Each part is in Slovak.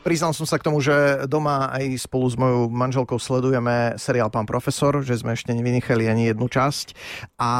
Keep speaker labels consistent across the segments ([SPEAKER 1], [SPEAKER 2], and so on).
[SPEAKER 1] Priznal som sa k tomu, že doma aj spolu s mojou manželkou sledujeme seriál Pán profesor, že sme ešte nevynechali ani jednu časť a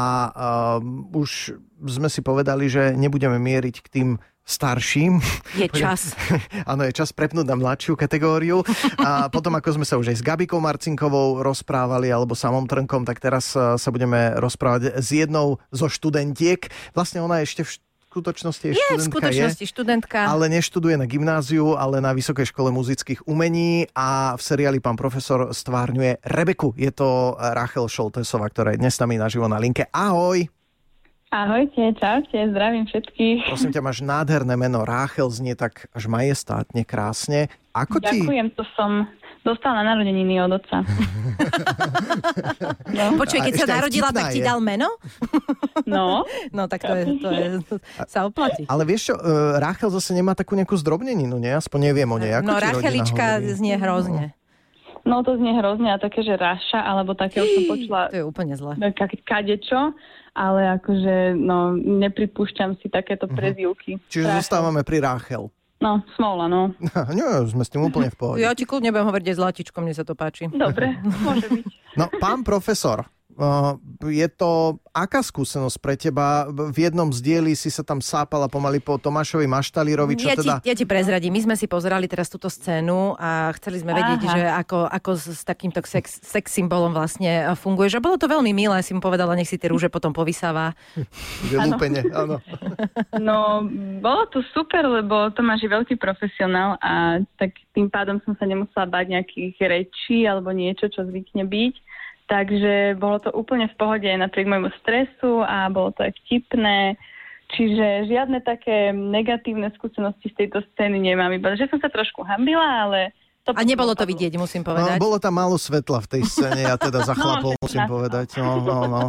[SPEAKER 1] um, už sme si povedali, že nebudeme mieriť k tým starším.
[SPEAKER 2] Je čas.
[SPEAKER 1] Áno, je čas prepnúť na mladšiu kategóriu. A potom, ako sme sa už aj s Gabikou Marcinkovou rozprávali, alebo samom Trnkom, tak teraz uh, sa budeme rozprávať s jednou zo študentiek. Vlastne ona ešte v št- skutočnosti je,
[SPEAKER 2] Je v
[SPEAKER 1] študentka.
[SPEAKER 2] skutočnosti študentka.
[SPEAKER 1] Ale neštuduje na gymnáziu, ale na Vysokej škole muzických umení a v seriáli pán profesor stvárňuje Rebeku. Je to Rachel Šoltesová, ktorá je dnes s nami naživo na linke. Ahoj!
[SPEAKER 3] Ahojte, čaute, zdravím všetkých.
[SPEAKER 1] Prosím ťa, máš nádherné meno. Ráchel znie tak až majestátne, krásne. Ako ti...
[SPEAKER 3] Ďakujem, to som dostala na narodeniny od otca. no,
[SPEAKER 1] A
[SPEAKER 2] Počuj,
[SPEAKER 1] ešte
[SPEAKER 2] keď sa
[SPEAKER 1] aj
[SPEAKER 2] narodila,
[SPEAKER 1] vtipná
[SPEAKER 2] tak ti
[SPEAKER 1] je.
[SPEAKER 2] dal meno?
[SPEAKER 3] no,
[SPEAKER 2] No tak to, je, to je, sa oplatí.
[SPEAKER 1] Ale vieš čo, e, Ráchel zase nemá takú nejakú zdrobneninu, nie? Aspoň neviem o nej. Ako
[SPEAKER 2] no
[SPEAKER 1] ti rodina
[SPEAKER 2] Rachelička
[SPEAKER 1] hovorí?
[SPEAKER 2] znie hrozne.
[SPEAKER 3] no to znie hrozne a také, že raša, alebo také už som počula
[SPEAKER 2] To
[SPEAKER 3] e,
[SPEAKER 2] je úplne zle.
[SPEAKER 3] ka- kadečo, ale akože, no, nepripúšťam si takéto prezývky.
[SPEAKER 1] Mhm. Čiže
[SPEAKER 3] Ráša.
[SPEAKER 1] zostávame pri Ráchel.
[SPEAKER 3] No, smola, no.
[SPEAKER 1] Nie, sme s tým úplne v pohode.
[SPEAKER 2] Ja ti kľudne budem hovoriť aj zlatičko, mne sa to páči.
[SPEAKER 3] Dobre, môže byť.
[SPEAKER 1] No, pán profesor, uh, je to aká skúsenosť pre teba? V jednom z dieli si sa tam sápala pomaly po Tomášovi Maštalirovi, čo
[SPEAKER 2] ja,
[SPEAKER 1] teda...
[SPEAKER 2] ti, ja ti prezradím, my sme si pozerali teraz túto scénu a chceli sme vedieť,
[SPEAKER 3] Aha.
[SPEAKER 2] že ako, ako s, s takýmto sex, sex symbolom vlastne funguje. Že bolo to veľmi milé, si mu povedala, nech si tie rúže potom povysáva.
[SPEAKER 1] Vylúpenie, áno.
[SPEAKER 3] No, bolo to super, lebo Tomáš je veľký profesionál a tak tým pádom som sa nemusela bať nejakých rečí alebo niečo, čo zvykne byť. Takže bolo to úplne v pohode napriek môjmu stresu a bolo to aj vtipné. Čiže žiadne také negatívne skúsenosti z tejto scény nemám. Iba, že som sa trošku hambila, ale... To
[SPEAKER 2] A nebolo to vidieť, musím
[SPEAKER 1] No,
[SPEAKER 2] povedať.
[SPEAKER 1] bolo tam málo svetla v tej scéne, ja teda za
[SPEAKER 3] No,
[SPEAKER 1] chlapov
[SPEAKER 3] tak
[SPEAKER 1] musím
[SPEAKER 3] na to.
[SPEAKER 1] povedať. No, no, no.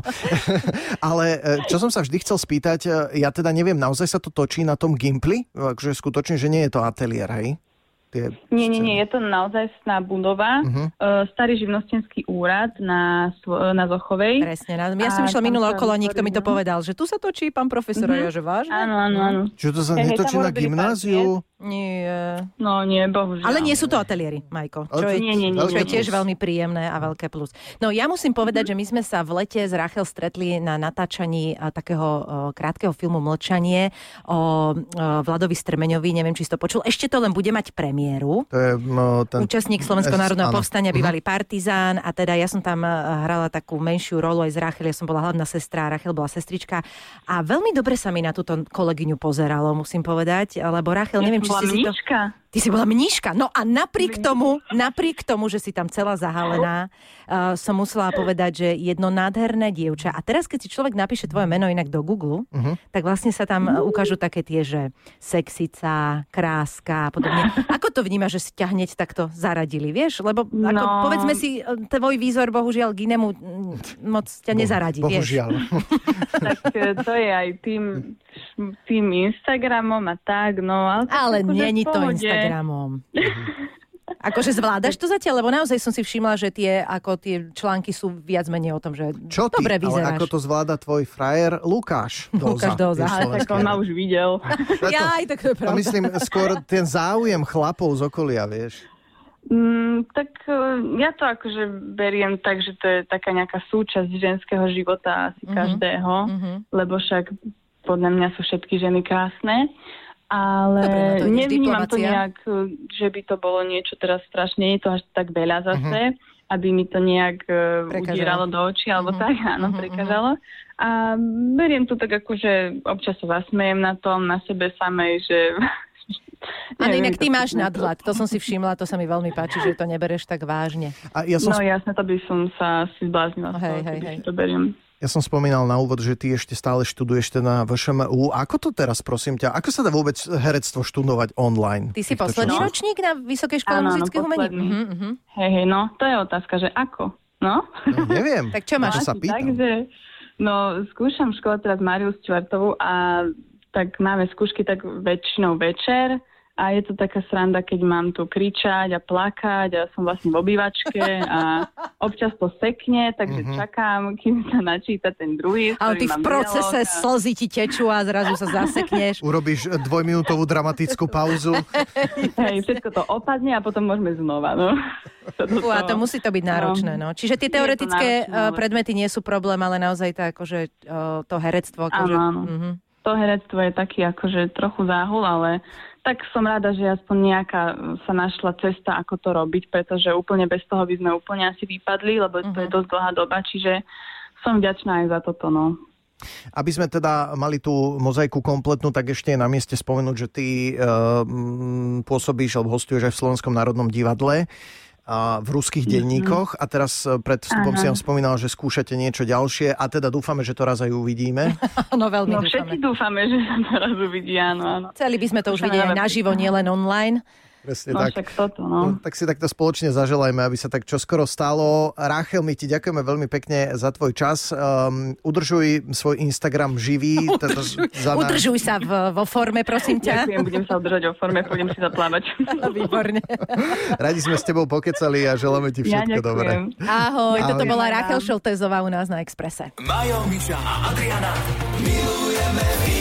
[SPEAKER 1] Ale e, čo som sa vždy chcel spýtať, e, ja teda neviem, naozaj sa to točí na tom Gimply? Takže skutočne, že nie je to ateliér, hej? Tie
[SPEAKER 3] Nie,
[SPEAKER 1] scény.
[SPEAKER 3] nie, nie, je to naozaj sná budova,
[SPEAKER 1] Mhm.
[SPEAKER 3] uh-huh. starý živnostenský úrad na, Slo- na Zochovej.
[SPEAKER 2] Presne. rád. Ja som
[SPEAKER 3] A
[SPEAKER 2] išla
[SPEAKER 3] tam
[SPEAKER 2] minule
[SPEAKER 3] sa
[SPEAKER 2] okolo, niekto mi to
[SPEAKER 3] vytvorili.
[SPEAKER 2] povedal, že tu sa točí pán profesor a ja, že vážne?
[SPEAKER 3] Áno, áno, áno.
[SPEAKER 1] Čiže to sa
[SPEAKER 3] Hej, hej,
[SPEAKER 1] netočí
[SPEAKER 3] tam
[SPEAKER 1] na
[SPEAKER 3] urobili
[SPEAKER 1] gymnáziu?
[SPEAKER 2] Nie.
[SPEAKER 3] No nie, bohužiaľ.
[SPEAKER 2] Ale nie sú to ateliéry, Majko, čo
[SPEAKER 1] Ale to-
[SPEAKER 2] je,
[SPEAKER 3] Nie, nie, nie,
[SPEAKER 2] čo je
[SPEAKER 1] veľký
[SPEAKER 2] tiež
[SPEAKER 1] plus.
[SPEAKER 2] veľmi príjemné a veľké plus. No ja
[SPEAKER 3] Mhm.
[SPEAKER 2] musím povedať, že my sme sa v lete s Rachel stretli na natáčaní a, takého o, krátkeho filmu Mlčanie o, o Vladovi Strmeňovi, neviem, či si to počul. Ešte to len bude mať premiéru.
[SPEAKER 1] To je no, ten...
[SPEAKER 2] Účastník Slovenského národného
[SPEAKER 1] Áno. Mhm.
[SPEAKER 2] povstania, bývalý partizán a teda ja som tam eh, hrala takú menšiu rolu aj z Rachel, ja som bola hlavná sestra, Rachel bola sestrička a veľmi dobre sa mi na túto kolegyňu pozeralo, musím povedať, lebo Rachel, neviem, či
[SPEAKER 3] bola
[SPEAKER 2] si si to...
[SPEAKER 3] mníška.
[SPEAKER 2] Ty si bola mníška. No a napriek tomu, napriek tomu, že si tam celá zahalená, uh, som musela povedať, že jedno nádherné dievča. A teraz, keď si človek napíše tvoje meno inak do Google,
[SPEAKER 1] Mhm.
[SPEAKER 2] tak vlastne sa tam eh, ukážu také tie, že sexica, kráska a podobne. Ako to vnímaš, že si ťa hneď takto zaradili, vieš? Lebo ako,
[SPEAKER 3] No.
[SPEAKER 2] povedzme si, eh, tvoj výzor bohužiaľ k inému mm, moc ťa nezaradí, vieš?
[SPEAKER 1] Bohužiaľ.
[SPEAKER 3] Tak e, to je aj tým, tým Instagramom a tak, no ale... tak
[SPEAKER 2] Ale
[SPEAKER 3] akože
[SPEAKER 2] není
[SPEAKER 3] v
[SPEAKER 2] to
[SPEAKER 3] pohode.
[SPEAKER 2] Instagramom. Akože zvládaš to zatiaľ, lebo naozaj som si všimla, že tie, ako tie články sú viac menej o tom, že
[SPEAKER 1] Čo ty?
[SPEAKER 2] dobre
[SPEAKER 1] Ale
[SPEAKER 2] vyzeráš.
[SPEAKER 1] ako to zvláda tvoj frajer Lukáš Doza.
[SPEAKER 2] Lukáš Doza.
[SPEAKER 1] je
[SPEAKER 3] Ale tak
[SPEAKER 1] slovenský
[SPEAKER 3] on ma
[SPEAKER 1] herec.
[SPEAKER 3] už videl.
[SPEAKER 1] Preto-
[SPEAKER 2] Ja, aj tak to je
[SPEAKER 1] No
[SPEAKER 2] pravda.
[SPEAKER 1] myslím, skôr ten záujem chlapov z okolia, vieš.
[SPEAKER 3] Mm, tak e, ja to akože beriem tak, že to je taká nejaká súčasť ženského života asi
[SPEAKER 2] Mhm.
[SPEAKER 3] každého,
[SPEAKER 2] Mhm.
[SPEAKER 3] lebo však podľa mňa sú všetky ženy krásne. Ale
[SPEAKER 2] Dobre, no to je tiež
[SPEAKER 3] nevnímam to
[SPEAKER 2] diplomacia.
[SPEAKER 3] nejak, e, že by to bolo niečo teraz strašne, nie je to až tak
[SPEAKER 2] Mhm.
[SPEAKER 3] veľa zase, aby mi to nejak e,
[SPEAKER 2] Prekážalo.
[SPEAKER 3] udieralo do očí, alebo
[SPEAKER 2] Mhm.
[SPEAKER 3] tak, áno,
[SPEAKER 2] Mhm,
[SPEAKER 3] prekážalo. A beriem to tak ako, že občas sa zasmejem na tom, na sebe samej, že...
[SPEAKER 2] Áno,
[SPEAKER 3] Neviem,
[SPEAKER 2] inak
[SPEAKER 3] je to
[SPEAKER 2] ty máš
[SPEAKER 3] vtipné.
[SPEAKER 2] nadhľad, to som si všimla, to sa mi veľmi páči, že to nebereš tak vážne.
[SPEAKER 1] A ja som,
[SPEAKER 3] No jasne, to by som sa si zbláznila.
[SPEAKER 2] Hej,
[SPEAKER 3] Hej,
[SPEAKER 2] hej,
[SPEAKER 3] hej,
[SPEAKER 2] hej.
[SPEAKER 3] To beriem.
[SPEAKER 1] ja som spomínal na úvod, že ty ešte stále študuješ teda na VŠMU. Ako to teraz, prosím ťa? Ako sa dá vôbec herectvo študovať online?
[SPEAKER 2] Ty si
[SPEAKER 1] Týchto
[SPEAKER 2] posledný
[SPEAKER 1] časoch?
[SPEAKER 2] ročník na Vysokej škole
[SPEAKER 3] Áno, áno,
[SPEAKER 2] muzických umení?
[SPEAKER 3] posledný.
[SPEAKER 2] Mhm, mhm.
[SPEAKER 3] Hej, hej, no, to je otázka, že ako? No?
[SPEAKER 1] No, neviem.
[SPEAKER 2] Tak čo
[SPEAKER 1] Na
[SPEAKER 2] máš?
[SPEAKER 1] to sa
[SPEAKER 3] Asi
[SPEAKER 1] pýtam.
[SPEAKER 3] Tak, že, no, skúšam v škole teraz Mariu Stuartovú a tak máme skúšky tak väčšinou večer a je to taká sranda, keď mám tu kričať a plakať a som vlastne v obývačke a občas to sekne, takže
[SPEAKER 1] Mhm.
[SPEAKER 3] mm-hmm. čakám, kým sa načíta ten druhý.
[SPEAKER 2] Ale ty v procese a... slzy ti tečú a zrazu sa zasekneš.
[SPEAKER 1] Urobíš dvojminútovú dramatickú pauzu.
[SPEAKER 3] Hej, všetko to opadne a potom môžeme znova. No.
[SPEAKER 2] Fú, a to musí to byť náročné. No. Čiže tie teoretické náročné, predmety nie sú problém, ale naozaj tá, akože, to herectvo. Akože,
[SPEAKER 3] áno, áno. Mm-hmm. To herectvo je taký akože trochu záhul, ale tak som rada, že aspoň nejaká sa našla cesta, ako to robiť, pretože úplne bez toho by sme úplne asi vypadli, lebo uh-huh. to je dosť dlhá doba, čiže som vďačná aj za toto. No.
[SPEAKER 1] Aby sme teda mali tú mozaiku kompletnú, tak ešte je na mieste spomenúť, že ty e, m, pôsobíš alebo hostuješ aj v Slovenskom národnom divadle a v ruských
[SPEAKER 3] Mm-hmm.
[SPEAKER 1] denníkoch a teraz eh, pred vstupom Aha. si nám spomínal, že skúšate niečo ďalšie a teda dúfame, že to raz aj uvidíme.
[SPEAKER 2] no veľmi
[SPEAKER 3] no,
[SPEAKER 2] dúfame.
[SPEAKER 3] všetci dúfame, že sa to raz uvidí, áno, áno.
[SPEAKER 2] Chceli by sme to už vidieť aj naživo, nielen online.
[SPEAKER 1] Presne
[SPEAKER 3] no,
[SPEAKER 1] tak.
[SPEAKER 3] Však toto, no.
[SPEAKER 1] no. Tak si takto spoločne zaželajme, aby sa tak čoskoro stalo. Rachel, my ti ďakujeme veľmi pekne za tvoj čas. Um, udržuj svoj Instagram živý. Teda
[SPEAKER 2] Udržuj, za nás. udržuj sa v, vo forme, prosím ťa. No,
[SPEAKER 3] Ďakujem, budem sa udržať vo forme, pôjdem si zaplávať.
[SPEAKER 2] Výborne.
[SPEAKER 1] Radi sme s tebou pokecali a želáme ti všetko ďakujem.
[SPEAKER 3] ja
[SPEAKER 1] dobré.
[SPEAKER 2] Ahoj, Ahoj, toto bola Rachel Šoltezová u nás na Exprese.
[SPEAKER 4] Majo, Miša a Adriana, milujeme